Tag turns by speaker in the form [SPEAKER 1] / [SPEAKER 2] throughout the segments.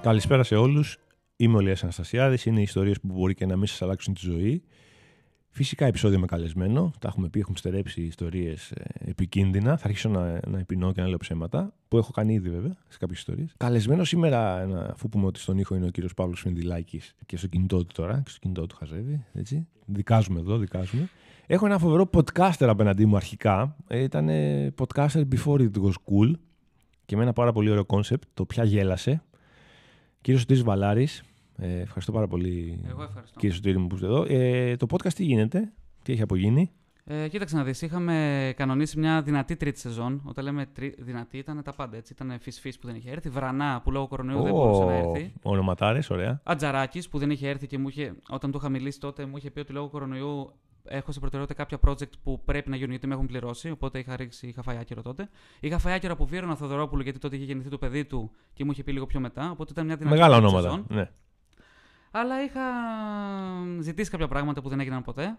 [SPEAKER 1] Καλησπέρα σε όλους. Είμαι ο Ηλίας Αναστασιάδης. Είναι οι ιστορίες που μπορεί και να μην σας αλλάξουν τη ζωή. Φυσικά επεισόδιο με καλεσμένο. Τα έχουμε πει, έχουμε στερέψει ιστορίες ε, επικίνδυνα. Θα αρχίσω να, να επινώ και να λέω ψέματα, που έχω κάνει ήδη βέβαια σε κάποιες ιστορίες. Καλεσμένο σήμερα, να- αφού πούμε ότι στον ήχο είναι ο κύριος Παύλος Φιντιλάκης και στο κινητό του τώρα, και στο κινητό του χαζεύει, έτσι. Δικάζουμε εδώ, δικάζουμε. Έχω ένα φοβερό podcaster απέναντί μου αρχικά. Ήταν podcaster before it was cool και με ένα πάρα πολύ ωραίο κόνσεπτ, το πια γέλασε. Κύριος Σωτήρης Βαλάρης, ε, ευχαριστώ πάρα πολύ
[SPEAKER 2] Εγώ ευχαριστώ.
[SPEAKER 1] κύριε Σωτήρη μου που είστε εδώ. Ε, το podcast τι γίνεται, τι έχει απογίνει.
[SPEAKER 2] Ε, κοίταξε να δεις, είχαμε κανονίσει μια δυνατή τρίτη σεζόν. Όταν λέμε τρι... δυνατή ήταν τα πάντα έτσι. Ήταν φυσ που δεν είχε έρθει, Βρανά που λόγω κορονοϊού δεν μπορούσε να έρθει.
[SPEAKER 1] Ονοματάρες, ωραία.
[SPEAKER 2] Ατζαράκης που δεν είχε έρθει και μου είχε, όταν του είχα μιλήσει τότε μου είχε πει ότι λόγω κορονοϊού έχω σε προτεραιότητα κάποια project που πρέπει να γίνουν γιατί με έχουν πληρώσει. Οπότε είχα, ρίξει, είχα φάει άκυρο τότε. Είχα φάει άκυρο από Βίρονα Θοδωρόπουλο γιατί τότε είχε γεννηθεί το παιδί του και μου είχε πει λίγο πιο μετά. Οπότε ήταν μια δυνατή
[SPEAKER 1] Μεγάλα
[SPEAKER 2] τρίτη
[SPEAKER 1] ονόματα.
[SPEAKER 2] σεζόν.
[SPEAKER 1] Ναι.
[SPEAKER 2] Αλλά είχα ζητήσει κάποια πράγματα που δεν έγιναν ποτέ.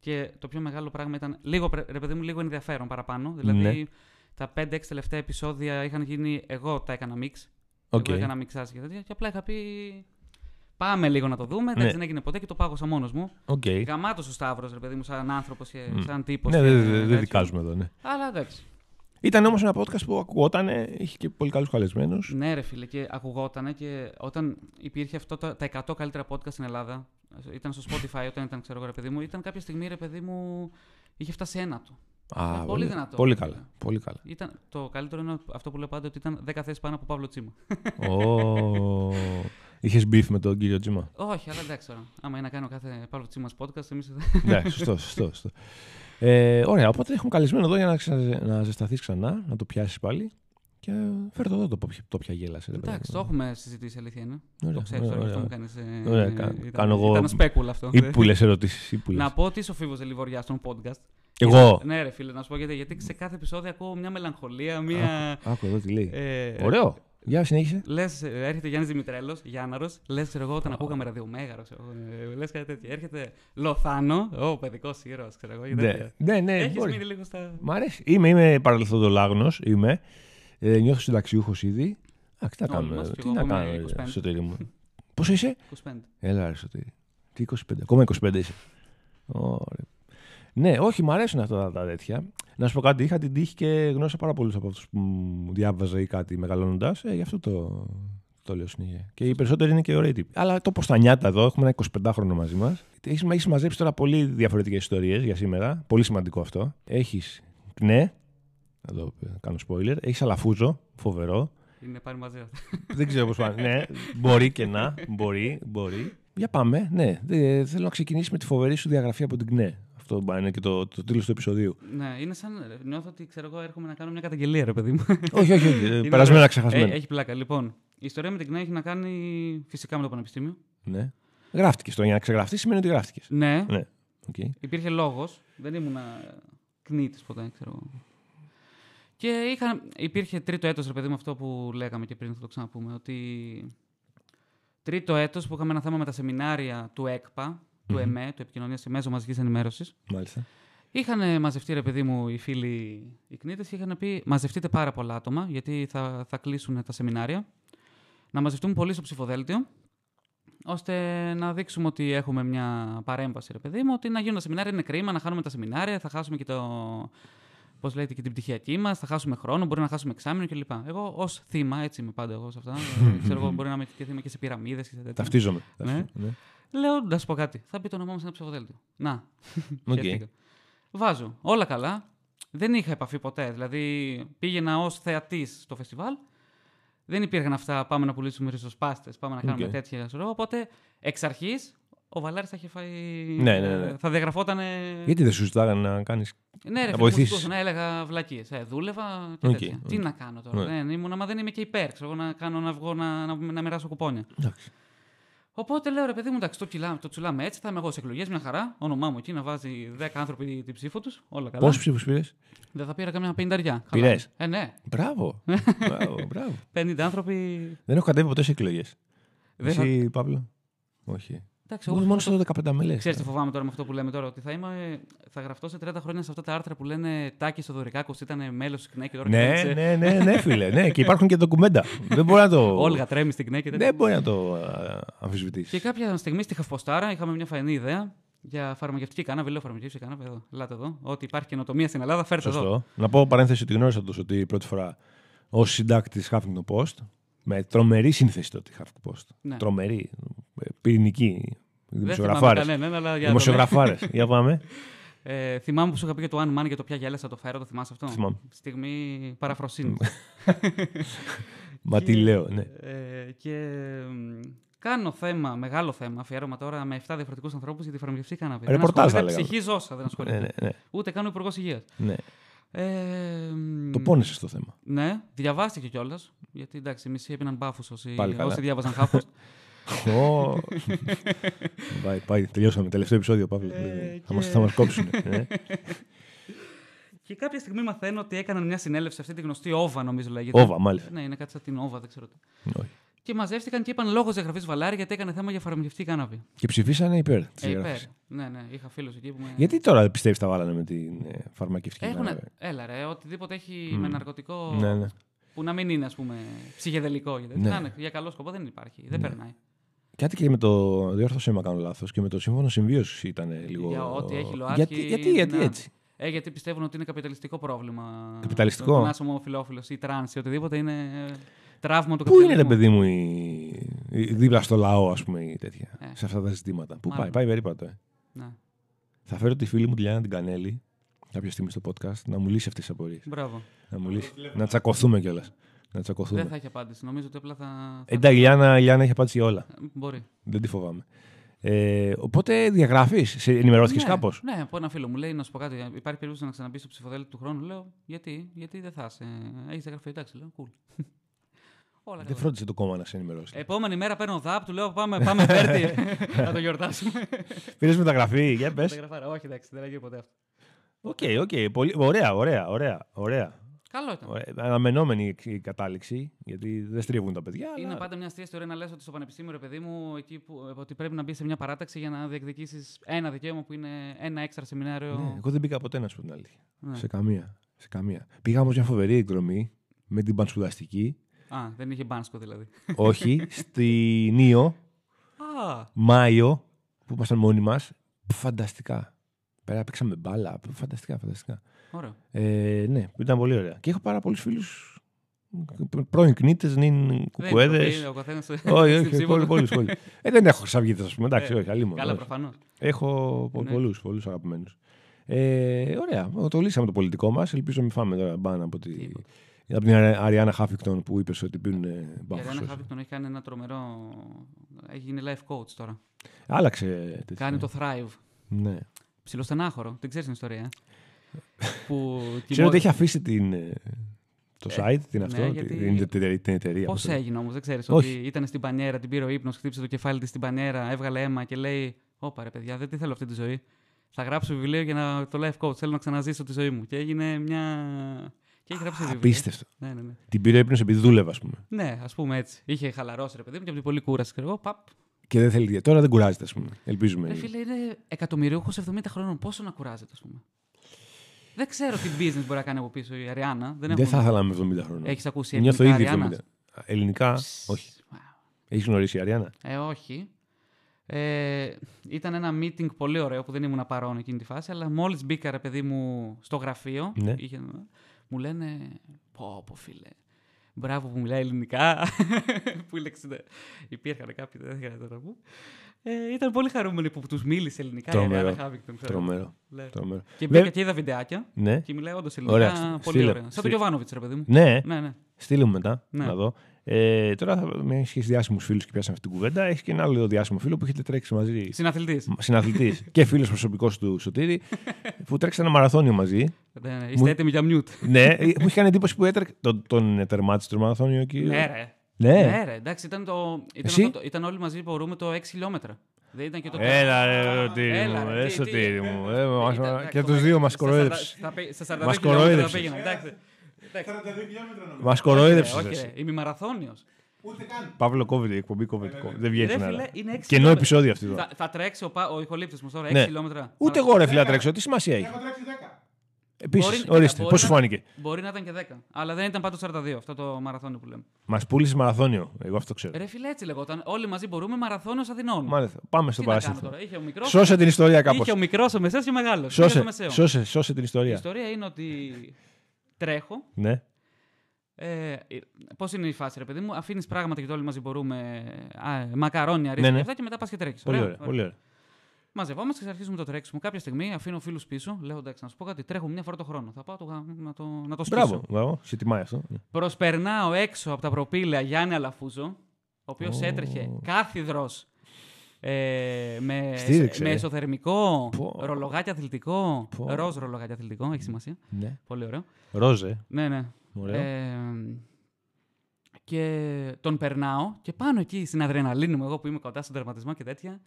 [SPEAKER 2] Και το πιο μεγάλο πράγμα ήταν λίγο, πρε- ρε παιδί μου, λίγο ενδιαφέρον παραπάνω. Δηλαδή,
[SPEAKER 1] Ναι.
[SPEAKER 2] τα 5-6 τελευταία επεισόδια είχαν γίνει. Εγώ τα έκανα μίξ.
[SPEAKER 1] Οκ.
[SPEAKER 2] Εγώ έκανα μιξά και τέτοια. Και απλά είχα πει. Πάμε λίγο να το δούμε.
[SPEAKER 1] Ναι.
[SPEAKER 2] Εντάξει, δεν έγινε ποτέ και το πάγωσα μόνος μου.
[SPEAKER 1] Οκ.
[SPEAKER 2] Γαμάτος ο Σταύρος, ρε παιδί μου, σαν άνθρωπος και
[SPEAKER 1] Μμ.
[SPEAKER 2] σαν τύπος.
[SPEAKER 1] Ναι, δεν δεν- δεν δικάζουμε εδώ, ναι.
[SPEAKER 2] Αλλά εντάξει.
[SPEAKER 1] Ήταν όμως ένα podcast που ακουγόταν, είχε και πολύ καλούς καλεσμένους.
[SPEAKER 2] Ναι, ρε φίλε, και ακουγότανε και όταν υπήρχε αυτό το, τα 100 καλύτερα podcast στην Ελλάδα, ήταν στο Spotify όταν ήταν, ξέρω εγώ, ρε παιδί μου, ήταν κάποια στιγμή, ρε παιδί μου, είχε φτάσει ένα του.
[SPEAKER 1] Α,
[SPEAKER 2] Ναι, πολύ δυνατό.
[SPEAKER 1] Πολύ καλά. Πολύ καλά.
[SPEAKER 2] Ήταν, το καλύτερο είναι αυτό που λέω πάντα ότι ήταν 10 θέσεις πάνω από Παύλο Τσίμα.
[SPEAKER 1] Ω, Είχες μπιφ με τον κύριο Τζίμα.
[SPEAKER 2] Όχι, αλλά εντάξει τώρα. Άμα είναι να κάνω κάθε Παύλο Τσίμας podcast, εμείς.
[SPEAKER 1] Ναι, σωστό, σωστό. σωστό. Ε, ωραία, οπότε έχουμε καλεσμένο εδώ για να, ξα... να ζεσταθείς ξανά, να το πιάσεις πάλι. Και φέρ το εδώ το, πο- το πια γέλασε. ρε παιδί
[SPEAKER 2] εντάξει, το
[SPEAKER 1] μου.
[SPEAKER 2] έχουμε συζητήσει, αλήθεια είναι.
[SPEAKER 1] Ωραία,
[SPEAKER 2] Το ξέρει τώρα,
[SPEAKER 1] ωραία,
[SPEAKER 2] γι' αυτό μου
[SPEAKER 1] ωραία.
[SPEAKER 2] κάνει.
[SPEAKER 1] Ωραία, κα- κάνω εγώ-
[SPEAKER 2] Ήταν σπέκουλα αυτό.
[SPEAKER 1] Ήπουλε ερωτήσει.
[SPEAKER 2] Να πω ότι είσαι ο Φίβος Ελιβοριά στον podcast.
[SPEAKER 1] Εγώ.
[SPEAKER 2] Ναι, ρε φίλε, να σου πω γιατί, γιατί σε κάθε επεισόδιο ακούω μια μελαγχολία, μια.
[SPEAKER 1] Άκου εδώ τι λέει.
[SPEAKER 2] ε,
[SPEAKER 1] Ωραίο. Για συνέχισε.
[SPEAKER 2] Λες, ε, έρχεται Γιάννης Δημητρέλος, Γιάνναρος. Λες, ξέρω εγώ, όταν ακούγαμε ραδιομέγαρο. Λε ε, κάτι τέτοιο. Έρχεται Λοθάνο, ο παιδικός ήρωας, ξέρω εγώ. και
[SPEAKER 1] Ναι,
[SPEAKER 2] τέτοια.
[SPEAKER 1] ναι, ναι
[SPEAKER 2] Έχεις
[SPEAKER 1] μπορεί.
[SPEAKER 2] μείνει λίγο στα.
[SPEAKER 1] Μ' αρέσει. Είμαι, είμαι παρελθοντολάγνος. Είμαι. Ε, νιώθω συνταξιούχος ήδη. Α, τι να
[SPEAKER 2] Όλοι
[SPEAKER 1] κάνουμε.
[SPEAKER 2] μας,
[SPEAKER 1] ρε,
[SPEAKER 2] κι
[SPEAKER 1] Τι
[SPEAKER 2] εγώ
[SPEAKER 1] να
[SPEAKER 2] είμαι
[SPEAKER 1] κάνω, ρε,
[SPEAKER 2] 25.
[SPEAKER 1] Σωτήρι μου. Πόσο είσαι,
[SPEAKER 2] 25.
[SPEAKER 1] Έλα, ρε Σωτήρι. Τι 25, ακόμα 25 είσαι. Ωραία. Ναι, όχι, μου αρέσουν αυτά τα, τα τέτοια. Να σου πω κάτι, είχα την τύχη και γνώρισα πάρα πολλούς από αυτούς που μου διάβαζα ή κάτι μεγαλώνοντας. Ε, γι' αυτό το, το λέω συνέχεια. Και οι περισσότεροι είναι και ωραίοι τύποι. Αλλά το πω στα νιάτα εδώ, έχουμε ένα 25χρονο μαζί μας. Έχεις μαζέψει τώρα πολύ διαφορετικές ιστορίες για σήμερα. Πολύ σημαντικό αυτό. Έχεις κνέ. Εδώ ε, κάνω spoiler. Έχεις αλαφούζο, φοβερό.
[SPEAKER 2] Είναι πάλι μαζί αυτά.
[SPEAKER 1] Δεν ξέρω πώς πάνε. ναι, μπορεί και να. Μπορεί, μπορεί. Για πάμε. Ναι, Δε- θέλω να ξεκινήσεις με τη φοβερή σου διαγραφή από την ΚΝΕ. Αυτό μπα- είναι και το, το τέλος του επεισοδίου.
[SPEAKER 2] Ναι, είναι σαν. Νιώθω ότι ξέρω εγώ, έρχομαι να κάνω μια καταγγελία, ρε παιδί μου.
[SPEAKER 1] όχι, όχι, όχι. ε,
[SPEAKER 2] Είναι
[SPEAKER 1] Περασμένα,
[SPEAKER 2] ωραίο.
[SPEAKER 1] ξεχασμένα.
[SPEAKER 2] Ε, έχει πλάκα. Λοιπόν, η ιστορία με την ΚΝΕ έχει να κάνει φυσικά με το πανεπιστήμιο.
[SPEAKER 1] Ναι. Γράφτηκε τώρα. Για να ξεγραφτεί σημαίνει ότι γράφτηκες.
[SPEAKER 2] Ναι,
[SPEAKER 1] Ναι. Okay.
[SPEAKER 2] υπήρχε λόγος. Δεν ήμουνα κνήτης ποτέ, ξέρω εγώ. Και είχα, υπήρχε τρίτο έτος, ρε παιδί μου, αυτό που λέγαμε και πριν, θα το ξαναπούμε, ότι τρίτο έτος που είχαμε ένα θέμα με τα σεμινάρια του ΕΚΠΑ, του
[SPEAKER 1] Μμμ.
[SPEAKER 2] ΕΜΕ, του Επικοινωνίας και Μέσω Μαζικής Ενημέρωσης.
[SPEAKER 1] Μάλιστα.
[SPEAKER 2] Είχαν μαζευτεί, ρε παιδί μου, οι φίλοι οι κνήτες και είχαν πει μαζευτείτε πάρα πολλά άτομα, γιατί θα, θα κλείσουν τα σεμινάρια. Να μαζευτούμε πολύ στο ψηφοδέλτιο, ώστε να δείξουμε ότι έχουμε μια παρέμβαση, ρε παιδί μου, ότι να γίνουν τα σεμινάρια είναι κρίμα, να χάνουμε τα σεμινάρια, θα χάσουμε και το. Πώς λέτε, και την πτυχιακή μας, θα χάσουμε χρόνο, μπορεί να χάσουμε εξάμεινο κλπ. Εγώ ως θύμα, έτσι είμαι πάντα εγώ σε αυτά. ε, Ξέρω εγώ, μπορεί να είμαι και θύμα και σε πυραμίδες και σε τέτοια.
[SPEAKER 1] Ταυτίζομαι.
[SPEAKER 2] Ναι.
[SPEAKER 1] Ταυτίζομαι, ναι.
[SPEAKER 2] Λέω, να σου πω κάτι. Θα μπει το όνομά μου σε ένα ψηφοδέλτιο. Να.
[SPEAKER 1] Οκ.
[SPEAKER 2] Χαίρετηκα. Βάζω. Όλα καλά. Δεν είχα επαφή ποτέ. Δηλαδή, πήγαινα ως θεατής στο φεστιβάλ. Δεν υπήρχαν αυτά. Πάμε να πουλήσουμε ριζοσπάστες, πάμε να κάνουμε
[SPEAKER 1] Οκ.
[SPEAKER 2] τέτοια. Ξέρω. εγώ. Οπότε, εξ αρχής, ο Βαλάρης θα είχε φάει.
[SPEAKER 1] Ναι, ναι, ναι.
[SPEAKER 2] Θα διαγραφόταν.
[SPEAKER 1] Γιατί δεν σου ζητάγανε να κάνεις.
[SPEAKER 2] Ναι, ρε,
[SPEAKER 1] να
[SPEAKER 2] να
[SPEAKER 1] βοηθήσεις.
[SPEAKER 2] Να έλεγα βλακίες. Ε, δούλευα και
[SPEAKER 1] Οκ,
[SPEAKER 2] τέτοια.
[SPEAKER 1] οκ.
[SPEAKER 2] Τι να κάνω τώρα.
[SPEAKER 1] Ναι.
[SPEAKER 2] Δεν ήμουν, μα δεν είμαι και υπέρ. Ξέρω, εγώ να, κάνω, να βγω να, να, να μοιράσω κουπόνια.
[SPEAKER 1] Εντάξει.
[SPEAKER 2] Οπότε λέω ρε παιδί μου, εντάξει, το, κυλά, το τσουλάμε έτσι, θα είμαι εγώ σε εκλογές, μια χαρά. Όνομά μου εκεί να βάζει 10 άνθρωποι την ψήφο τους. Όλα καλά.
[SPEAKER 1] Πόσους ψήφους πήρες.
[SPEAKER 2] Δεν θα πήρα καμιά πενταριά.
[SPEAKER 1] Πήρες?
[SPEAKER 2] Ε, ναι.
[SPEAKER 1] Μπράβο. μπράβο, μπράβο.
[SPEAKER 2] 50 άνθρωποι.
[SPEAKER 1] Δεν έχω κατέβει ποτέ σε εκλογές.
[SPEAKER 2] Δεν θα...
[SPEAKER 1] Εσύ, Παύλο. Όχι.
[SPEAKER 2] Εντάξει, εγώ
[SPEAKER 1] Μόνο μόνο στο 15 με λες.
[SPEAKER 2] Ξέρεις τι φοβάμαι τώρα με αυτό που λέμε τώρα, ότι θα, είμαι, θα γραφτώ σε 30 χρόνια σε αυτά τα άρθρα που λένε Τάκης Θοδωρικάκος ήταν μέλος της ΚΝΕ και τώρα
[SPEAKER 1] Ναι,
[SPEAKER 2] κάθεται
[SPEAKER 1] ναι, ναι, ναι, φίλε. Ναι, και υπάρχουν και ντοκουμέντα. Δεν μπορεί να το.
[SPEAKER 2] Όλγα τρέμει στην ΚΝΕ και τέτοια.
[SPEAKER 1] Δεν μπορεί να το ε, α,
[SPEAKER 2] Και
[SPEAKER 1] αμφισβητήσει.
[SPEAKER 2] κάποια στιγμή στη Χαφποστάρα είχαμε μια φανή ιδέα για φαρμακευτική κάναβη. Λέω φαρμακευτική κάναβη, εδώ. Ελάτε εδώ. Ότι υπάρχει καινοτομία στην Ελλάδα, φέρτε εδώ.
[SPEAKER 1] Σωστό. Να πω παρένθεση ότι γνώρισα τους ότι πρώτη φορά ως συντάκτης Huffington Post. Με τρομερή σύνθεση τότε η Huffington Post.
[SPEAKER 2] Ναι.
[SPEAKER 1] Τρομερή. ε, Πυρηνική.
[SPEAKER 2] Δεν θυμάμαι
[SPEAKER 1] Δημοσιογραφάρες.
[SPEAKER 2] κανέναν, αλλά για
[SPEAKER 1] Δημοσιογραφάρε. Για πάμε.
[SPEAKER 2] το λέω. Ε, θυμάμαι που σου είχα πει για το One Man για το ποια γυαλέσα το φέρω, το θυμάσαι αυτό.
[SPEAKER 1] Θυμάμαι. Ναι.
[SPEAKER 2] Στιγμή παραφροσύνης.
[SPEAKER 1] Μα τι λέω, ναι.
[SPEAKER 2] Ε, και μ, κάνω θέμα, μεγάλο θέμα, αφιέρωμα τώρα με 7 διαφορετικούς ανθρώπους για τη φαρμακευτική κάναβη. Δεν
[SPEAKER 1] Ρεπορτάζ, θα
[SPEAKER 2] ασχολείται,
[SPEAKER 1] λέγαμε.
[SPEAKER 2] Ψυχή ζώσα δεν ασχολείται.
[SPEAKER 1] Ναι, ναι, ναι,
[SPEAKER 2] Ούτε καν ο Υπουργός Υγείας.
[SPEAKER 1] ναι.
[SPEAKER 2] Ε, μ,
[SPEAKER 1] Το πόνεσαι στο θέμα.
[SPEAKER 2] Ναι, διαβάστηκε κιόλας. Γιατί εντάξει, μισοί έπιναν μπάφους όσοι,
[SPEAKER 1] Πάλι καλά.
[SPEAKER 2] όσοι διάβαζαν χάφους.
[SPEAKER 1] Ω. Πάει, πάει, τελειώσαμε. Τελευταίο επεισόδιο, Παύλο.
[SPEAKER 2] Ε,
[SPEAKER 1] Θα μας-
[SPEAKER 2] και-
[SPEAKER 1] Θα μας κόψουν. ναι.
[SPEAKER 2] και κάποια στιγμή μαθαίνω ότι έκαναν μια συνέλευση αυτή τη γνωστή Όβα, νομίζω λέγεται.
[SPEAKER 1] Όβα, μάλιστα. Ναι,
[SPEAKER 2] Ναι, είναι κάτι σαν την Όβα, δεν ξέρω τι.
[SPEAKER 1] Όχι.
[SPEAKER 2] Και μαζεύτηκαν και είπαν λόγος διαγραφή Βαλάρη γιατί έκανε θέμα για φαρμακευτική κάναβη.
[SPEAKER 1] Και ψηφίσανε υπέρ της
[SPEAKER 2] Ε, υπέρ.
[SPEAKER 1] διαγραφή.
[SPEAKER 2] Ναι, ναι, είχα φίλους εκεί που με.
[SPEAKER 1] Γιατί τώρα πιστεύεις τα βάλανε με την ε, φαρμακευτική
[SPEAKER 2] Έχουν,
[SPEAKER 1] ανάλογη?
[SPEAKER 2] έλα ρε, οτιδήποτε έχει
[SPEAKER 1] Μμ.
[SPEAKER 2] με ναρκωτικό
[SPEAKER 1] Ναι, ναι.
[SPEAKER 2] που να μην είναι, ας πούμε, ψυχεδελικό. Γιατί
[SPEAKER 1] Ναι.
[SPEAKER 2] να είναι για καλό σκοπό δεν υπάρχει, δεν περνάει.
[SPEAKER 1] Κάτι και με το. Διόρθωσε με κάνω λάθος. Και με το σύμφωνο συμβίωσης ήταν λίγο.
[SPEAKER 2] Για ό,τι έχει ΛΟΑΤΚΙ,
[SPEAKER 1] Γιατί, γιατί, γιατί
[SPEAKER 2] να-
[SPEAKER 1] έτσι.
[SPEAKER 2] Ε, γιατί πιστεύουν ότι είναι καπιταλιστικό πρόβλημα.
[SPEAKER 1] Καπιταλιστικό.
[SPEAKER 2] Το να είσαι ομοφυλόφιλος ή τρανς ή οτιδήποτε είναι ε, τραύμα του
[SPEAKER 1] Πού είναι, ρε
[SPEAKER 2] καπιταλισμού.
[SPEAKER 1] παιδί μου, η... η- δίπλα στο λαό, ας πούμε, η τέτοια.
[SPEAKER 2] Ε.
[SPEAKER 1] Σε αυτά τα ζητήματα. Πού πάει,
[SPEAKER 2] Μάλλον.
[SPEAKER 1] πάει περίπατο. Ε.
[SPEAKER 2] Ναι.
[SPEAKER 1] Θα φέρω τη φίλη μου τη Λιάννα την Κανέλη κάποια στιγμή στο podcast να μου λύσει αυτές τις απορίες.
[SPEAKER 2] Μπράβο.
[SPEAKER 1] Να μου λύσει. Να τσακωθούμε κιόλας. Να
[SPEAKER 2] Δεν
[SPEAKER 1] τσακωθούμε. Ε,
[SPEAKER 2] θα έχει απάντηση. Νομίζω ότι απλά θα. θα- Ε,
[SPEAKER 1] Εντάξει, η Λιάννα, η Λιάννα έχει απάντηση για όλα.
[SPEAKER 2] Μπορεί.
[SPEAKER 1] Δεν τη φοβάμαι. Ε, οπότε διαγραφή. Ενημερώθηκες
[SPEAKER 2] ναι,
[SPEAKER 1] κάπως.
[SPEAKER 2] Ναι, από ένα φίλο μου λέει να σου πω κάτι. Υπάρχει περίπτωση να ξαναμπεί στο ψηφοδέλτιο του χρόνου. Λέω γιατί, γιατί δεν θα είσαι. Έχεις διαγραφεί, εντάξει, λέω. Cool. Όλα
[SPEAKER 1] Δεν
[SPEAKER 2] καλά.
[SPEAKER 1] φρόντισε το κόμμα να σε ενημερώσει.
[SPEAKER 2] Επόμενη μέρα παίρνω δάπ, του λέω πάμε, πάμε Βέρτι. θα το γιορτάσουμε.
[SPEAKER 1] Πήρες μεταγραφή, για πες.
[SPEAKER 2] Τα γραφάρα. Όχι, εντάξει, δεν έγινε ποτέ αυτό.
[SPEAKER 1] Οκ, οκ. πολύ- Ωραία, ωραία, ωραία. ωραία.
[SPEAKER 2] Καλό ήταν.
[SPEAKER 1] Ωραία. Αναμενόμενη η κατάληξη, γιατί δεν στρίβουν τα παιδιά.
[SPEAKER 2] Είναι
[SPEAKER 1] αλλά...
[SPEAKER 2] πάντα μια αστεία ιστορία να λες ότι στο πανεπιστήμιο, ρε παιδί μου, εκεί που, ε, ότι πρέπει να μπεις σε μια παράταξη για να διεκδικήσεις ένα δικαίωμα που είναι ένα έξτρα σεμινάριο.
[SPEAKER 1] Ναι, εγώ δεν μπήκα ποτέ, να σου πω την αλήθεια.
[SPEAKER 2] Ναι.
[SPEAKER 1] Σε, καμία, σε καμία. Πήγα όμως μια φοβερή εκδρομή με την πανσουδαστική.
[SPEAKER 2] Α, δεν είχε μπάνσκο δηλαδή.
[SPEAKER 1] όχι, στην Ήο,
[SPEAKER 2] Α,
[SPEAKER 1] Μάιο, που ήμασταν μόνοι μας. Φανταστικά. Πέρα παίξαμε μπάλα. Φανταστικά, φανταστικά.
[SPEAKER 2] ωραίο.
[SPEAKER 1] Ε, ναι, ήταν πολύ ωραία. Και έχω πάρα πολλούς φίλους. Πρώην κνήτες, νυν
[SPEAKER 2] Δεν
[SPEAKER 1] κουκουέδε.
[SPEAKER 2] είναι ντροπή, Ο καθένας.
[SPEAKER 1] Όχι, όχι, πολύ, πολύ, πολύ. Ε, δεν έχω χρυσαυγίτε, ας πούμε. Εντάξει,
[SPEAKER 2] Ε,
[SPEAKER 1] όχι, αλλήμον.
[SPEAKER 2] Καλά,
[SPEAKER 1] όχι.
[SPEAKER 2] προφανώς.
[SPEAKER 1] Έχω πο-
[SPEAKER 2] Ναι.
[SPEAKER 1] πολλούς, πολλούς αγαπημένους. Ε, ωραία, το λύσαμε το πολιτικό μας. Ελπίζω να μην φάμε τώρα μπαν από, τη...
[SPEAKER 2] Τίποτα.
[SPEAKER 1] από την Αρι- Αριάννα Χάφικτον που είπες ότι πίνουν ε,
[SPEAKER 2] Η
[SPEAKER 1] μπάφους.
[SPEAKER 2] Ρένα
[SPEAKER 1] σως.
[SPEAKER 2] Χάβικτον έχει κάνει ένα τρομερό. Έχει γίνει life coach τώρα.
[SPEAKER 1] Άλλαξε τέτοιο.
[SPEAKER 2] Κάνει το Thrive.
[SPEAKER 1] Ναι.
[SPEAKER 2] Ψιλοστενάχωρο. Την ξέρεις την ιστορία. ε. που
[SPEAKER 1] Ξέρω ότι έχει αφήσει την, ε, το site, την
[SPEAKER 2] ναι,
[SPEAKER 1] αυτό,
[SPEAKER 2] γιατί-
[SPEAKER 1] την, την, την- την εταιρεία.
[SPEAKER 2] Πώς
[SPEAKER 1] πώς το λένε.
[SPEAKER 2] έγινε όμως, δεν ξέρεις.
[SPEAKER 1] Όχι.
[SPEAKER 2] Ότι ήταν στην πανιέρα, την πήρε ο ύπνος, χτύπησε το κεφάλι της στην πανιέρα, έβγαλε αίμα και λέει: Ωπα ρε παιδιά, δεν τη θέλω αυτή τη ζωή. Θα γράψω βιβλίο για να, το life coach. Θέλω να ξαναζήσω τη ζωή μου. Και έγινε μια. Και έχει γράψει βιβλίο.
[SPEAKER 1] Απίστευτο.
[SPEAKER 2] Ναι, ναι, ναι.
[SPEAKER 1] Την πήρε ύπνος επειδή δούλευε, ας πούμε.
[SPEAKER 2] Ναι, ας πούμε έτσι. Είχε χαλαρώσει ρε παιδί μου και από την πολύ κούραση. Και εγώ, παπ.
[SPEAKER 1] Και δεν θέλει. Τώρα δεν κουράζεται, ας πούμε. Ελπίζουμε.
[SPEAKER 2] Ρε Ε, φίλε, είναι εκατομμυριούχος 70 χρόνων. Πόσο να κουράζεται, ας πούμε. Δεν ξέρω τι business μπορεί να κάνει από πίσω η Αριάννα. Δεν,
[SPEAKER 1] δεν θα ήθελα με 70 χρόνια.
[SPEAKER 2] Έχεις ακούσει
[SPEAKER 1] Νιώθω
[SPEAKER 2] ελληνικά
[SPEAKER 1] ήδη
[SPEAKER 2] Αριάννας?
[SPEAKER 1] 70. Ελληνικά, όχι. Έχεις γνωρίσει η Αριάννα.
[SPEAKER 2] Ε, όχι. Ε, ήταν ένα meeting πολύ ωραίο που δεν ήμουν παρόν εκείνη τη φάση, αλλά μόλις μπήκα ρε παιδί μου στο γραφείο,
[SPEAKER 1] Ναι.
[SPEAKER 2] είχε- μου λένε Πω, πω φίλε. Μπράβο που μιλάει ελληνικά. που είναι 60. Υπήρχαν κάποιοι, δεν χρειάζεται να πω. Ε, ήταν πολύ χαρούμενοι που τους μίλησε ελληνικά. η
[SPEAKER 1] Τρομερό.
[SPEAKER 2] Ariana Huffington, ξέρω.
[SPEAKER 1] Τρομερό.
[SPEAKER 2] Λέω.
[SPEAKER 1] τρομερό.
[SPEAKER 2] Και
[SPEAKER 1] Βέβαια-
[SPEAKER 2] μπήκα και είδα βιντεάκια
[SPEAKER 1] Ναι.
[SPEAKER 2] και μιλάει όντως ελληνικά.
[SPEAKER 1] Ωραία,
[SPEAKER 2] πολύ
[SPEAKER 1] στείλε,
[SPEAKER 2] ωραία. Σαν
[SPEAKER 1] στείλε.
[SPEAKER 2] τον Γιωβάνοβιτ, ρε παιδί μου.
[SPEAKER 1] Ναι,
[SPEAKER 2] Ναι, ναι.
[SPEAKER 1] Στείλε μου μετά
[SPEAKER 2] Ναι.
[SPEAKER 1] να δω. Ε, τώρα θα- με έχει διάσημους φίλους και πιάσαμε αυτή την κουβέντα. Έχει και ένα άλλο διάσημο φίλο που έχετε τρέξει μαζί.
[SPEAKER 2] Συναθλητής.
[SPEAKER 1] Συναθλητής και φίλος προσωπικός του Σωτήρη, που τρέξε ένα μαραθώνιο μαζί. Μου-
[SPEAKER 2] Ε, Είστε έτοιμοι για μιούτ.
[SPEAKER 1] ναι, ε, μου είχε κάνει εντύπωση που έτρεκε. Τον, τον τερμάτισε το μαραθώνιο εκεί.
[SPEAKER 2] Ναι, ρε.
[SPEAKER 1] Ναι.
[SPEAKER 2] Ναι, ρε, εντάξει, ήταν, το, ήταν,
[SPEAKER 1] Εσύ?
[SPEAKER 2] αυτό το- ήταν όλοι μαζί μπορούμε το 6 χιλιόμετρα. Δεν ήταν και το.
[SPEAKER 1] Έλα, ρε, Σωτήρη
[SPEAKER 2] Έλα,
[SPEAKER 1] μου.
[SPEAKER 2] ρε,
[SPEAKER 1] Ρε,
[SPEAKER 2] τι-
[SPEAKER 1] Σωτήρι
[SPEAKER 2] τι-
[SPEAKER 1] μου.
[SPEAKER 2] ε,
[SPEAKER 1] Ε, μας-
[SPEAKER 2] ήταν, εντάξει,
[SPEAKER 1] Και
[SPEAKER 2] το
[SPEAKER 1] του δύο μα
[SPEAKER 2] στα
[SPEAKER 1] κοροϊδεύσε.
[SPEAKER 2] σαράντα- στα- Στα 42
[SPEAKER 1] Μας
[SPEAKER 2] χιλιόμετρα
[SPEAKER 1] κοροϊδεύσες.
[SPEAKER 2] πήγαινε, εντάξει. Εντάξει,
[SPEAKER 1] Μα
[SPEAKER 2] ε,
[SPEAKER 1] κοροϊδεύσε.
[SPEAKER 2] Όχι, ρε, είμαι μαραθώνιος.
[SPEAKER 3] Ούτε καν.
[SPEAKER 1] Παύλο COVID, εκπομπή COVID. Δεν βγαίνει.
[SPEAKER 2] Ρε
[SPEAKER 1] σήμερα.
[SPEAKER 2] φίλε, είναι 6
[SPEAKER 1] Κενό επεισόδιο αυτή εδώ.
[SPEAKER 2] Θα, θα τρέξει ο, πα- ο ηχολήπτης μας τώρα 6
[SPEAKER 1] Ναι.
[SPEAKER 2] χιλιόμετρα.
[SPEAKER 1] Ούτε
[SPEAKER 2] Άρα-
[SPEAKER 1] εγώ ρε φίλε να
[SPEAKER 3] Δέκα.
[SPEAKER 1] τρέξω. Τι σημασία έχει.
[SPEAKER 3] Έχω τρέξει 10.
[SPEAKER 1] Επίσης,
[SPEAKER 2] Μπορεί-
[SPEAKER 1] ορίστε,
[SPEAKER 2] μπορεί
[SPEAKER 1] πώς σου
[SPEAKER 2] να-
[SPEAKER 1] φάνηκε.
[SPEAKER 2] Μπορεί να ήταν και 10. Αλλά δεν ήταν πάντως 42 αυτό το μαραθώνιο που λέμε.
[SPEAKER 1] Μας πούλησε μαραθώνιο. Εγώ αυτό ξέρω.
[SPEAKER 2] Ρε φίλε, έτσι λεγόταν. Όλοι μαζί μπορούμε μαραθώνιος Αθηνών.
[SPEAKER 1] Μάλιστα. Πάμε στο
[SPEAKER 2] Τι να κάνω
[SPEAKER 1] παράσινο.
[SPEAKER 2] τώρα. Είχε ο μικρός.
[SPEAKER 1] Σώσε την ιστορία κάπως.
[SPEAKER 2] Είχε ο μικρός, ο μεσαίος και ο μεγάλος.
[SPEAKER 1] Σώσε, σώσε, σώσε την
[SPEAKER 2] Η
[SPEAKER 1] ιστορία.
[SPEAKER 2] ιστορία είναι ότι τρέχω.
[SPEAKER 1] Ναι.
[SPEAKER 2] Ε, Πώς είναι η φάση, ρε παιδί μου, αφήνεις πράγματα και το όλοι μαζί μπορούμε. Α, μακαρόνια, ρίστα
[SPEAKER 1] ναι.
[SPEAKER 2] και αυτά και μετά πας και τρέχεις.
[SPEAKER 1] Πολύ ωραία. Πολύ ωραία.
[SPEAKER 2] Μαζευόμαστε και αρχίζουμε το τρέξιμο. Κάποια στιγμή αφήνω φίλους πίσω, λέω εντάξει, να σου πω κάτι, τρέχω μια φορά το χρόνο. Θα πάω το, γα- να, το, να το σκίσω.
[SPEAKER 1] Μπράβο, μπράβο. Σε τιμάει αυτό.
[SPEAKER 2] Προσπερνάω έξω από τα προπήλαια Γιάννη Αλαφούζο, ο οποίος
[SPEAKER 1] Ω.
[SPEAKER 2] έτρεχε κάθιδρο ε, με,
[SPEAKER 1] Στήριξε,
[SPEAKER 2] με
[SPEAKER 1] ε.
[SPEAKER 2] εσωθερμικό,
[SPEAKER 1] Πω.
[SPEAKER 2] ρολογάκι αθλητικό.
[SPEAKER 1] Πω.
[SPEAKER 2] Ροζ ρολογάκι αθλητικό, έχει σημασία.
[SPEAKER 1] Ναι.
[SPEAKER 2] Πολύ ωραίο.
[SPEAKER 1] Ρόζε.
[SPEAKER 2] Ναι, ναι.
[SPEAKER 1] Ωραίο.
[SPEAKER 2] Ε, και τον περνάω και πάνω εκεί στην αδρεναλίνη μου, εγώ που είμαι κοντά στον τερματισμό και τέτοια,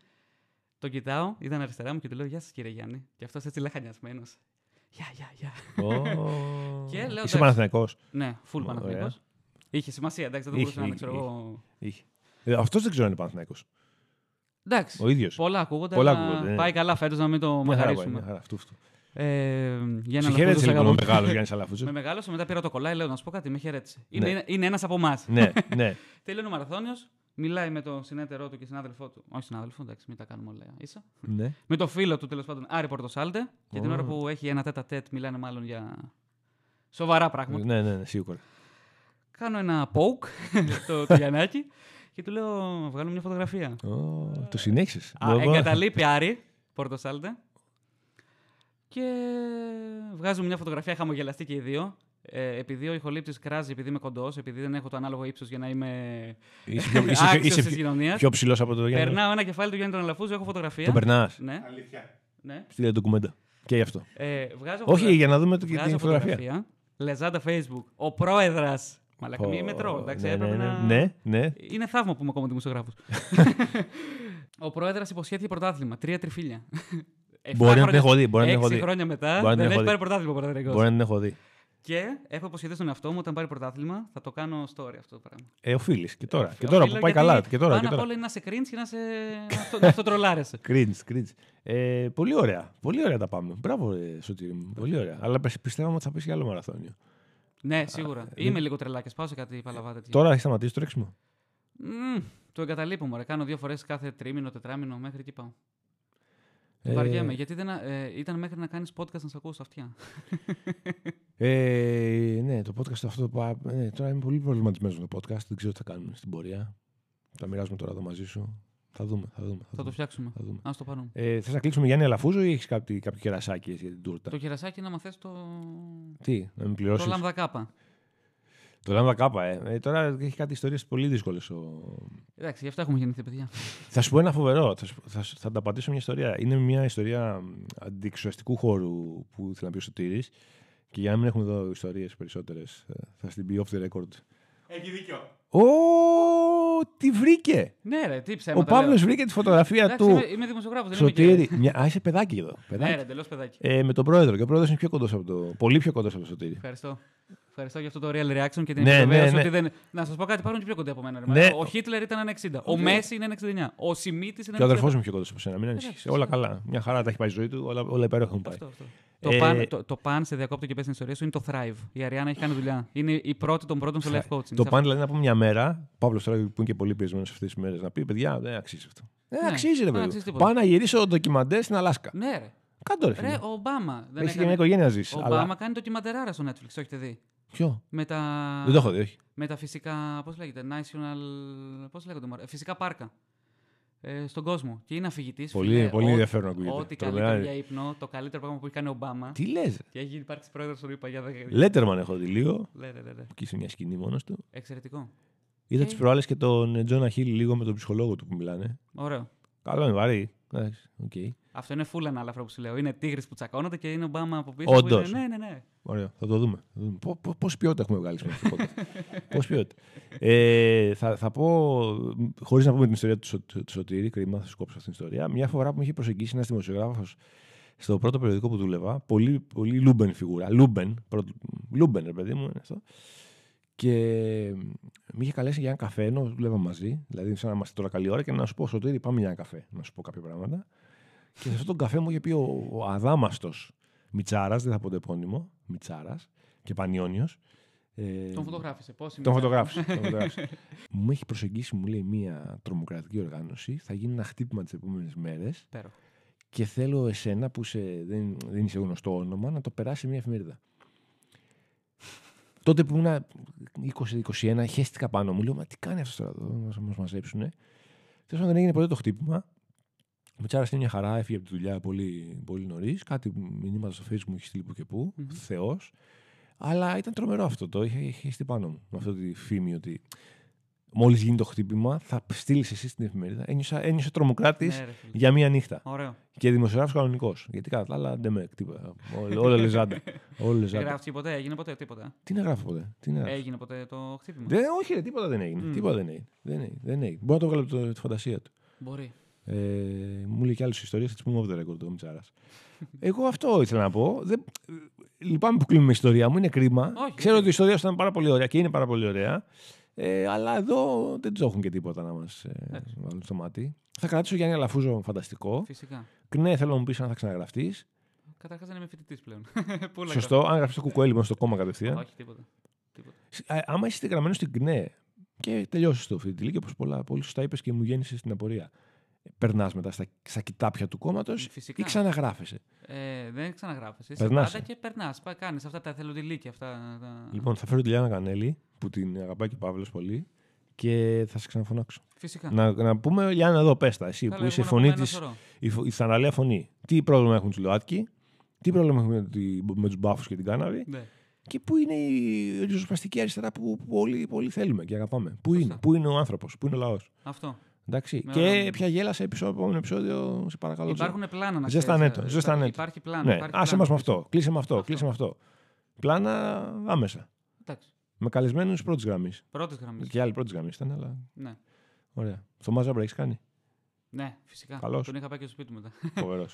[SPEAKER 2] τον κοιτάω, ήταν αριστερά μου και του λέω Γεια σας κύριε Γιάννη. Και αυτός έτσι λαχανιασμένος. Γεια, γεια, γεια.
[SPEAKER 1] Ω.
[SPEAKER 2] Και λέω,
[SPEAKER 1] Είσαι
[SPEAKER 2] εντάξει.
[SPEAKER 1] Παναθηναϊκός.
[SPEAKER 2] Ναι, full
[SPEAKER 1] Ωραία.
[SPEAKER 2] Παναθηναϊκός. Είχε σημασία, εντάξει, δεν
[SPEAKER 1] Είχε,
[SPEAKER 2] μπορούσε να είναι,
[SPEAKER 1] είχε,
[SPEAKER 2] ξέρω εγώ.
[SPEAKER 1] Αυτό Ε, δεν ξέρω αν είναι Παναθηναϊκός.
[SPEAKER 2] Εντάξει.
[SPEAKER 1] Ο ίδιος.
[SPEAKER 2] Πολλά ακούγονται.
[SPEAKER 1] Πολλά
[SPEAKER 2] αλλά
[SPEAKER 1] ακούγονται, ναι.
[SPEAKER 2] Πάει καλά φέτος να μην το μαγαρίσουμε.
[SPEAKER 1] Αυτού, αυτού.
[SPEAKER 2] Ε, για
[SPEAKER 1] Σε
[SPEAKER 2] να
[SPEAKER 1] χαίρετησε
[SPEAKER 2] λαφούζω,
[SPEAKER 1] λοιπόν ο
[SPEAKER 2] αγαπώ.
[SPEAKER 1] μεγάλος Γιάννης
[SPEAKER 2] Με
[SPEAKER 1] Αλαφούζο.
[SPEAKER 2] μεγάλωσε, μετά πήρα το κολλάι, λέω να σου πω κάτι, με χαιρέτησε.
[SPEAKER 1] Ναι.
[SPEAKER 2] Είναι, είναι ένας από εμάς.
[SPEAKER 1] ναι, ναι.
[SPEAKER 2] Τελειώνει ο μαραθώνιος, μιλάει με τον συνέτερό του και συνάδελφό του. Όχι συνάδελφο, εντάξει, μην τα κάνουμε όλα ίσα.
[SPEAKER 1] ναι.
[SPEAKER 2] Με το φίλο του τέλος πάντων Άρη Πορτοσάλτε. Και την
[SPEAKER 1] Ω.
[SPEAKER 2] ώρα που έχει ένα τέτα τέτ, μιλάνε μάλλον για σοβαρά πράγματα.
[SPEAKER 1] ναι, ναι, ναι, σίγουρα.
[SPEAKER 2] Κάνω ένα poke το, το Γιαννάκι και του λέω να βγάλουμε μια φωτογραφία.
[SPEAKER 1] Ω, το συνέχισες.
[SPEAKER 2] Α, εγκαταλείπει Άρη, Πορτοσάλτε. Και βγάζουμε μια φωτογραφία χαμογελαστή και οι δύο. Ε, επειδή ο ηχολήπτης κράζει, επειδή είμαι κοντός, επειδή δεν έχω το ανάλογο ύψος για να είμαι
[SPEAKER 1] Είσαι πιο, είσαι,
[SPEAKER 2] άξιος
[SPEAKER 1] είσαι
[SPEAKER 2] της κοινωνία.
[SPEAKER 1] πιο ψηλός από το Γιάννη.
[SPEAKER 2] Περνάω ένα κεφάλι του Γιάννη τον Αλαφούζο, έχω φωτογραφία.
[SPEAKER 1] Το περνάς.
[SPEAKER 2] Ναι,
[SPEAKER 3] Αλήθεια.
[SPEAKER 2] ναι.
[SPEAKER 1] Στείλε το κουμέντα. Και γι' αυτό.
[SPEAKER 2] Ε, βγάζω
[SPEAKER 1] Όχι,
[SPEAKER 2] φωτογραφία.
[SPEAKER 1] για να δούμε το- και
[SPEAKER 2] βγάζω
[SPEAKER 1] την φωτογραφία.
[SPEAKER 2] φωτογραφία. Λεζάντα Facebook. Ο πρόεδρας. Μαλάκα, μη
[SPEAKER 1] Πω,
[SPEAKER 2] με τρώω, εντάξει,
[SPEAKER 1] ναι,
[SPEAKER 2] έπρεπε
[SPEAKER 1] ναι,
[SPEAKER 2] να.
[SPEAKER 1] Ναι, ναι.
[SPEAKER 2] Είναι θαύμα που είμαι ακόμα δημοσιογράφος. ο πρόεδρα υποσχέθηκε πρωτάθλημα. Τρία τριφύλια. Εφτά
[SPEAKER 1] Μπορεί να την
[SPEAKER 2] χρόνια-
[SPEAKER 1] έχω δει. Μπορεί να την έχω
[SPEAKER 2] Έξι
[SPEAKER 1] δει.
[SPEAKER 2] χρόνια μετά
[SPEAKER 1] Μπορεί να την
[SPEAKER 2] δεν
[SPEAKER 1] έχω
[SPEAKER 2] έχει
[SPEAKER 1] δει.
[SPEAKER 2] πάρει πρωτάθλημα ο Παναθηναϊκός.
[SPEAKER 1] Μπορεί να την έχω δει.
[SPEAKER 2] Και έχω υποσχεθεί στον εαυτό μου όταν πάρει πρωτάθλημα θα το κάνω story αυτό το πράγμα.
[SPEAKER 1] Ε, οφείλει και τώρα. Και
[SPEAKER 2] Οφείλω,
[SPEAKER 1] τώρα που πάει
[SPEAKER 2] γιατί
[SPEAKER 1] καλά. Και τώρα.
[SPEAKER 2] Πάνω
[SPEAKER 1] Και
[SPEAKER 2] απ'
[SPEAKER 1] τώρα.
[SPEAKER 2] όλα είναι να σε cringe και να σε. να αυτό- να αυτό τρολάρεσαι.
[SPEAKER 1] Κρίντζ, κρίντζ. Ε, πολύ ωραία. Πολύ ωραία τα πάμε. Μπράβο, ε, Σωτήρι μου. Πολύ ωραία. Αλλά πε- πιστεύαμε ότι θα πέσει άλλο μαραθώνιο.
[SPEAKER 2] Ναι, σίγουρα. Είμαι λίγο τρελάκια. Πάω σε κάτι παλαβά τέτοια.
[SPEAKER 1] Τώρα έχεις σταματήσει ε, το τρέξιμο.
[SPEAKER 2] Μμμ, το εγκαταλείπω, μωρέ. Κάνω δύο φορές κάθε τρίμηνο, τετράμινο, μέχρι εκεί πάω.
[SPEAKER 1] Ε,
[SPEAKER 2] Βαριέμαι, γιατί δεν, α- ε, ήταν μέχρι να κάνεις podcast να σε ακούω στα αυτιά.
[SPEAKER 1] Ε, ναι, το podcast αυτό. το πα- Ναι, τώρα είμαι πολύ προβληματισμένος με το podcast. Δεν ξέρω τι θα κάνουμε στην πορεία. Τα μοιράζουμε τώρα εδώ μαζί σου. Θα δούμε. Θα δούμε. Θα
[SPEAKER 2] θα το
[SPEAKER 1] δούμε.
[SPEAKER 2] φτιάξουμε.
[SPEAKER 1] Θα δούμε.
[SPEAKER 2] Ας το πάρουμε.
[SPEAKER 1] Ε, Θες να κλείσουμε Γιάννη Αλαφούζο ή έχεις κάποιο, κάποιο κερασάκι για την τούρτα.
[SPEAKER 2] Το κερασάκι να μαθες το...
[SPEAKER 1] Τι, να μην
[SPEAKER 2] Το
[SPEAKER 1] πληρώσει.
[SPEAKER 2] λάμδα κάπα.
[SPEAKER 1] Το λάμδα κάπα, ε. ε. Τώρα έχει κάτι ιστορίες πολύ δύσκολες ο,
[SPEAKER 2] Εντάξει, γι' αυτά έχουμε γεννηθεί, παιδιά.
[SPEAKER 1] Θα σου πω ένα φοβερό. Θα, σου- θα, σου- θα τα πατήσω μια ιστορία. Είναι μια ιστορία μ, αντιεξουσιαστικού χώρου που ήθελα να πει ο Σωτήρης Και για να μην έχουμε εδώ ιστορίες περισσότερες, θα στην πει off the record.
[SPEAKER 3] Έχει δίκιο.
[SPEAKER 1] Ω, τη βρήκε!
[SPEAKER 2] ναι, ρε, τι ψέματα.
[SPEAKER 1] Ο
[SPEAKER 2] λέω.
[SPEAKER 1] Παύλος βρήκε τη φωτογραφία
[SPEAKER 2] Εντάξει,
[SPEAKER 1] του
[SPEAKER 2] είμαι, είμαι δημοσιογράφος, δεν είμαι
[SPEAKER 1] Σωτήρη.
[SPEAKER 2] και...
[SPEAKER 1] Μια, α, είσαι παιδάκι εδώ.
[SPEAKER 2] Ναι, ρε, Ναι,
[SPEAKER 1] Παιδάκι.
[SPEAKER 2] εντελώς παιδάκι.
[SPEAKER 1] Ε, με τον πρόεδρο. Και ο πρόεδρος είναι πιο κοντός από το. Πολύ πιο κοντός από το Σωτήρη.
[SPEAKER 2] Ευχαριστώ. Ευχαριστώ για αυτό το real reaction και την
[SPEAKER 1] Ναι, ναι,
[SPEAKER 2] επιβεβαίωση
[SPEAKER 1] ναι.
[SPEAKER 2] ότι δεν. Να σας πω κάτι, πάρουν και πιο κοντά από μένα. Ρε.
[SPEAKER 1] Ναι.
[SPEAKER 2] μαλάκα. Ο Χίτλερ ήταν 1,60. Ο Μέση είναι 1,69. Ο Σιμίτης είναι 1,60.
[SPEAKER 1] Και ο αδερφό μου είναι πιο κοντός από σένα. Μην ανησυχεί.
[SPEAKER 2] ναι. Εντάξει,
[SPEAKER 1] Όλα
[SPEAKER 2] ναι.
[SPEAKER 1] καλά. Μια χαρά τα έχει πάει η ζωή του. Όλα, όλα υπέροχα έχουν πάει.
[SPEAKER 2] Αυτό, αυτό.
[SPEAKER 1] Ε,
[SPEAKER 2] Το, παν, το, το παν σε διακόπτω και πες την ιστορία σου είναι το Thrive. Η Αριάννα έχει κάνει δουλειά. Είναι η πρώτη των πρώτων στο life coaching.
[SPEAKER 1] Το πάνε δηλαδή να πούμε μια μέρα. Παύλος τώρα που είναι και πολύ πιεσμένο αυτές τις μέρες να πει: Παιδιά, δεν αξίζει αυτό. Δεν
[SPEAKER 2] Ναι,
[SPEAKER 1] αξίζει, ρε
[SPEAKER 2] δεν
[SPEAKER 1] παιδί.
[SPEAKER 2] αξίζει
[SPEAKER 1] μου.
[SPEAKER 2] τίποτα.
[SPEAKER 1] Πάω να γυρίσω ντοκιμαντέρ στην Αλάσκα.
[SPEAKER 2] Ναι, ρε.
[SPEAKER 1] Κάντο ρε. φίλε.
[SPEAKER 2] Ρε, ο Ομπάμα. Δεν
[SPEAKER 1] Έχει και μια
[SPEAKER 2] έκανε...
[SPEAKER 1] οικογένεια να
[SPEAKER 2] Ο
[SPEAKER 1] ζήσει.
[SPEAKER 2] Ομπάμα
[SPEAKER 1] Αλλά...
[SPEAKER 2] κάνει το κυμαντεράρα στο Netflix, το έχετε δει.
[SPEAKER 1] Ποιο.
[SPEAKER 2] Με τα,
[SPEAKER 1] Δεν το έχω δει, όχι.
[SPEAKER 2] με τα φυσικά. Πώς λέγεται, National. Πώς λέγονται, μωρέ, φυσικά πάρκα. Ε, στον κόσμο. Και είναι αφηγητής.
[SPEAKER 1] Πολύ- πολύ ενδιαφέρον ακούγεται.
[SPEAKER 2] Ό,τι
[SPEAKER 1] Τρομερά
[SPEAKER 2] καλύτερο
[SPEAKER 1] είναι.
[SPEAKER 2] για ύπνο, το καλύτερο πράγμα που έχει κάνει ο Ομπάμα.
[SPEAKER 1] Τι λες.
[SPEAKER 2] Και έχει γίνει υπάρξει πρόεδρος του ΙΠΑ για δέκα χρόνια.
[SPEAKER 1] Λέτερμαν έχω δει λίγο.
[SPEAKER 2] Λε, λε, λε, λε.
[SPEAKER 1] Εκεί σε μια σκηνή μόνος του.
[SPEAKER 2] Εξαιρετικό.
[SPEAKER 1] Είδα
[SPEAKER 2] Ε.
[SPEAKER 1] τις προάλλες και τον Τζόνα Χίλ λίγο με τον ψυχολόγο του που μιλάνε.
[SPEAKER 2] Ωραίο.
[SPEAKER 1] Καλό είναι, βαρύ. Εντάξει, οκ.
[SPEAKER 2] Αυτό είναι full ανάλαφρο που σου λέω. Είναι τίγρε που τσακώνονται και είναι Ομπάμα από πίσω.
[SPEAKER 1] Όντως.
[SPEAKER 2] που είναι- Ναι, ναι, ναι.
[SPEAKER 1] Ωραίο, θα το δούμε. Πώ ποιότητα έχουμε βγάλει σήμερα στο podcast. Πώς ποιότητα. Ε, θα, θα πω, χωρίς να πούμε την ιστορία του, Σω- του, του Σωτήρη, κρίμα, θα σου κόψω αυτή την ιστορία. Μια φορά που με είχε προσεγγίσει ένας δημοσιογράφος στο πρώτο περιοδικό που δούλευα, πολύ, πολύ λούμπεν φιγούρα. Λούμπεν, πρώτο- λούμπεν, ρε παιδί μου, είναι αυτό. Και με είχε καλέσει για ένα καφέ, ενώ δουλεύαμε μαζί. Δηλαδή, σαν να είμαστε τώρα καλή ώρα και να σου πω, Σωτήρι, πάμε για ένα καφέ, να σου πω κάποια πράγματα. και σε αυτόν τον καφέ μου είχε πει ο, ο αδάμαστος Μιτσάρας, δεν θα πω το επώνυμο, Μιτσάρας και Πανιόνιος. Ε,
[SPEAKER 2] Τον φωτογράφησε. Πώς
[SPEAKER 1] τον φωτογράφησε. τον φωτογράφησε. μου έχει προσεγγίσει, μου λέει, μια τρομοκρατική οργάνωση. Θα γίνει ένα χτύπημα τις επόμενες μέρες
[SPEAKER 2] Υπέροχο.
[SPEAKER 1] και θέλω εσένα που σε, δεν, δεν είσαι γνωστό όνομα να το περάσει μια εφημερίδα. Τότε που ήμουν 20-21, χέστηκα πάνω μου. Λέω, μα τι κάνει αυτός τώρα, εδώ, να μας μαζέψουν. Τέλος πάντων, δεν έγινε ποτέ το χτύπημα. Ο Μιτσάρα είναι μια χαρά, έφυγε από τη δουλειά πολύ, πολύ νωρίς. Κάτι μηνύματα στο Facebook μου είχε στείλει που και που.
[SPEAKER 2] Μμμ.
[SPEAKER 1] Θεός. Αλλά ήταν τρομερό αυτό το. Είχε χεστεί πάνω μου με αυτή τη φήμη ότι μόλις γίνει το χτύπημα θα στείλεις εσύ στην εφημερίδα. Ένιωσα, ένιωσα τρομοκράτης
[SPEAKER 2] Ναι, ρε, φίλε.
[SPEAKER 1] για μία νύχτα.
[SPEAKER 2] Ωραίο.
[SPEAKER 1] Και δημοσιογράφος κανονικός. Γιατί κατά τα άλλα δεν με. Τίποτα. Όλα- Όλα λεζάντα. Όλα
[SPEAKER 2] Δεν
[SPEAKER 1] λεζάντα.
[SPEAKER 2] γράφτηκε ποτέ, έγινε ποτέ τίποτα.
[SPEAKER 1] Τι να γράφω ποτέ. Τι να γράφω.
[SPEAKER 2] Έγινε ποτέ το χτύπημα.
[SPEAKER 1] Δεν, όχι, ρε, τίποτα δεν έγινε.
[SPEAKER 2] Μμ.
[SPEAKER 1] Τίποτα δεν έγινε. Δεν έγινε. Δεν έγινε. Μπορεί να το βγάλω από το- τη φαντασία του.
[SPEAKER 2] Μπορεί.
[SPEAKER 1] Ε, μου λέει και άλλες ιστορίες, θα τι πούμε over the record, ο Μιτσάρα. Εγώ αυτό ήθελα να πω. Δεν... Λυπάμαι που κλείνουμε η ιστορία μου, είναι κρίμα.
[SPEAKER 2] Όχι,
[SPEAKER 1] Ξέρω
[SPEAKER 2] όχι.
[SPEAKER 1] ότι η ιστορία σου ήταν πάρα πολύ ωραία και είναι πάρα πολύ ωραία. Ε, αλλά εδώ δεν τους έχουν και τίποτα να μας ε,
[SPEAKER 2] Εντάξει.
[SPEAKER 1] βάλουν στο μάτι. Θα κρατήσω Γιάννη Αλαφούζο, φανταστικό.
[SPEAKER 2] Φυσικά.
[SPEAKER 1] Ναι, θέλω να μου πεις αν θα ξαναγραφτείς.
[SPEAKER 2] Καταρχάς δεν είμαι φοιτητής πλέον. Πούλα
[SPEAKER 1] Σωστό, ε. αν γράψεις το κουκουέλι μόνο στο κόμμα
[SPEAKER 2] γράφω.
[SPEAKER 1] κατευθείαν.
[SPEAKER 2] Όχι τίποτα. τίποτα.
[SPEAKER 1] Σ- α, Άμα είσαι γραμμένο στην ΚΝΕ και τελειώσεις το φοιτητή και όπως πολλά πολύ σωστά είπες και μου γέννησες στην απορία. Περνάς μετά στα, στα κοιτάπια του κόμματος
[SPEAKER 2] Φυσικά.
[SPEAKER 1] ή ξαναγράφεσαι.
[SPEAKER 2] Ε, δεν ξαναγράφεσαι.
[SPEAKER 1] Περνάς,
[SPEAKER 2] Περνά.
[SPEAKER 1] ε.
[SPEAKER 2] και περνάς. Κάνεις αυτά τα εθελοντιλίκια. Αυτά, τα...
[SPEAKER 1] Λοιπόν, θα φέρω τη Λιάννα Κανέλη που την αγαπάει και ο Παύλος πολύ και θα σε ξαναφωνάξω.
[SPEAKER 2] Φυσικά.
[SPEAKER 1] Να, να πούμε, Λιάννα, εδώ πες τα, εσύ
[SPEAKER 2] Καλά,
[SPEAKER 1] που
[SPEAKER 2] εγώ
[SPEAKER 1] είσαι η
[SPEAKER 2] να
[SPEAKER 1] φωνή
[SPEAKER 2] πω ένα
[SPEAKER 1] της,
[SPEAKER 2] σωρό.
[SPEAKER 1] η, φω- η θαραλέα φωνή. Τι πρόβλημα έχουν τους ΛΟΑΤΚΙ, τι πρόβλημα έχουν με, τη- με τους μπάφους και την κάναβη,
[SPEAKER 2] Ναι.
[SPEAKER 1] Και πού είναι η ριζοσπαστική αριστερά που που όλοι, πολύ θέλουμε και αγαπάμε. Πού
[SPEAKER 2] Σωστά.
[SPEAKER 1] είναι, πού είναι ο άνθρωπος, πού είναι ο λαός.
[SPEAKER 2] Αυτό.
[SPEAKER 1] Εντάξει.
[SPEAKER 2] Ναι, ναι, ναι.
[SPEAKER 1] και πια γέλασε επεισόδιο, επόμενο επεισόδιο, σε παρακαλώ. Τζο.
[SPEAKER 2] Υπάρχουν πλάνα να
[SPEAKER 1] Ζεστανέτο,
[SPEAKER 2] ξέρεις. ε,
[SPEAKER 1] ζεστανέτο.
[SPEAKER 2] Υπάρχει πλάνα.
[SPEAKER 1] Ναι,
[SPEAKER 2] υπάρχει
[SPEAKER 1] άσε
[SPEAKER 2] πλάνο.
[SPEAKER 1] μας με αυτό. Κλείσε με αυτό,
[SPEAKER 2] Αυτό.
[SPEAKER 1] κλείσε με αυτό. Πλάνα άμεσα.
[SPEAKER 2] Εντάξει.
[SPEAKER 1] Με καλεσμένους πρώτης γραμμής.
[SPEAKER 2] Πρώτης γραμμής.
[SPEAKER 1] Και άλλοι πρώτης γραμμής ήταν, αλλά.
[SPEAKER 2] Ναι.
[SPEAKER 1] Ωραία. Το Μάζαμπρα έχεις κάνει.
[SPEAKER 2] ναι, φυσικά.
[SPEAKER 1] Καλός.
[SPEAKER 2] Τον είχα πάει και στο σπίτι μου μετά.
[SPEAKER 1] Φοβερός.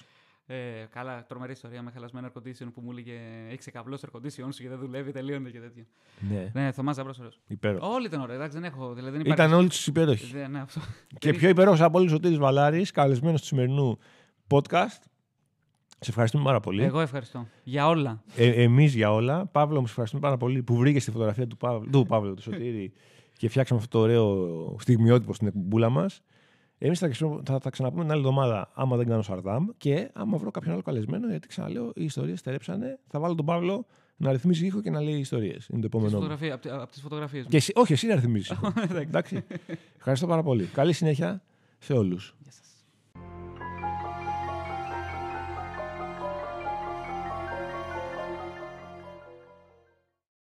[SPEAKER 2] Ε, καλά, τρομερή ιστορία με χαλασμένο air condition που μου έλεγε Έχεις ξεκαβλώσει air condition σου και δεν δουλεύει, τελείωνε και τέτοια.
[SPEAKER 1] ναι,
[SPEAKER 2] Ναι, Θωμάς Ζαμπρό, ωραίος.
[SPEAKER 1] υπέροχος.
[SPEAKER 2] Όλοι ήταν ωραίοι, εντάξει, δεν έχω. Δηλαδή, δεν
[SPEAKER 1] Ήταν
[SPEAKER 2] υπάρχει-
[SPEAKER 1] όλοι τους υπέροχοι.
[SPEAKER 2] Δεν- ναι, αυτό.
[SPEAKER 1] Και πιο υπέροχος από όλους ο Τύρι Βαλάρη, καλεσμένος του σημερινού podcast. Σε ευχαριστούμε πάρα πολύ.
[SPEAKER 2] Εγώ ευχαριστώ. Για όλα.
[SPEAKER 1] Ε, Εμείς για όλα. Παύλο, μου σε ευχαριστούμε πάρα πολύ που βρήκες τη φωτογραφία του Παύλου, του, Παύλου, του Σωτήρη και φτιάξαμε αυτό το ωραίο στιγμιότυπο στην εκπομπούλα μας. Εμείς θα, ξα- θα τα ξαναπούμε την άλλη εβδομάδα, άμα δεν κάνω Σαρδάμ και άμα βρω κάποιον άλλο καλεσμένο, γιατί ξαναλέω οι ιστορίες στερέψανε. Θα βάλω τον Παύλο να ρυθμίζει ήχο και να λέει ιστορίες. Είναι το επόμενο. μου.
[SPEAKER 2] Από τις φωτογραφίες μου.
[SPEAKER 1] Και εσύ, όχι, εσύ να ρυθμίζει. Εντάξει. Ευχαριστώ πάρα πολύ. Καλή συνέχεια σε όλους.
[SPEAKER 2] Γεια σας.